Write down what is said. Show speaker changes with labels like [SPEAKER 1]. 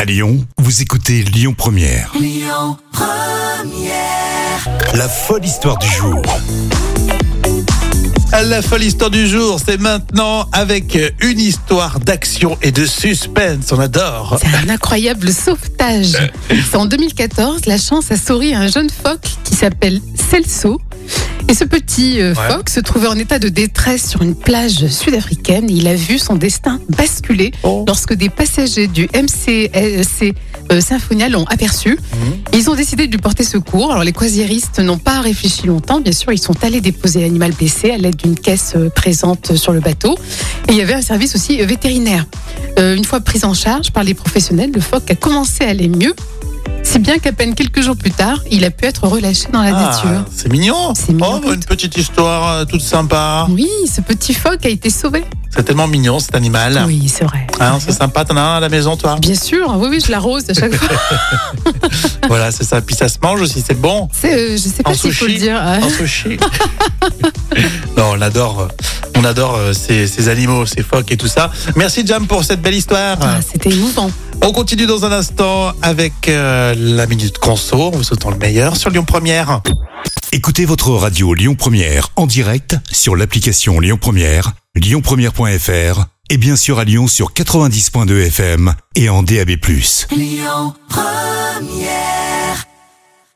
[SPEAKER 1] À Lyon, vous écoutez Lyon Première. Lyon Première. La folle histoire du jour.
[SPEAKER 2] À La folle histoire du jour, c'est maintenant avec une histoire d'action et de suspense. On adore.
[SPEAKER 3] C'est un incroyable sauvetage. C'est en 2014, la chance a souri à un jeune phoque qui s'appelle Celso. Et ce petit euh,
[SPEAKER 2] Ouais.
[SPEAKER 3] phoque se trouvait en état de détresse sur une plage sud-africaine. Il a vu son destin basculer
[SPEAKER 2] Oh.
[SPEAKER 3] lorsque des passagers du MCLC euh, Symphonia l'ont aperçu.
[SPEAKER 2] Mhm.
[SPEAKER 3] Ils ont décidé de lui porter secours. Alors les croisiéristes n'ont pas réfléchi longtemps. Bien sûr, ils sont allés déposer l'animal blessé à l'aide d'une caisse euh, présente sur le bateau. Et il y avait un service aussi euh, vétérinaire. Euh, une fois pris en charge par les professionnels, le phoque a commencé à aller mieux. Si bien qu'à peine quelques jours plus tard, il a pu être relâché dans la nature.
[SPEAKER 2] Ah, c'est mignon.
[SPEAKER 3] C'est mignon,
[SPEAKER 2] Oh, une petite histoire euh, toute sympa.
[SPEAKER 3] Oui, ce petit phoque a été sauvé.
[SPEAKER 2] C'est tellement mignon cet animal.
[SPEAKER 3] Oui, c'est vrai.
[SPEAKER 2] Hein, c'est sympa, t'en as un à la maison toi.
[SPEAKER 3] Bien sûr, oui, oui, je l'arrose à chaque fois.
[SPEAKER 2] voilà, c'est ça. Puis ça se mange aussi, c'est bon.
[SPEAKER 3] C'est, euh, je sais
[SPEAKER 2] En
[SPEAKER 3] pas s'il faut le
[SPEAKER 2] sushi.
[SPEAKER 3] dire. Ah,
[SPEAKER 2] Un sushi. non, on adore, euh, on adore euh, ces, ces animaux, ces phoques et tout ça. Merci Jam pour cette belle histoire.
[SPEAKER 3] ah, C'était émouvant.
[SPEAKER 2] On continue dans un instant avec euh, la minute conso. On vous souhaite le meilleur sur Lyon Première.
[SPEAKER 1] Écoutez votre radio Lyon Première en direct sur l'application Lyon Première, lyonpremière.fr et bien sûr à Lyon sur 90.2 FM et en DAB+.
[SPEAKER 4] Lyon Première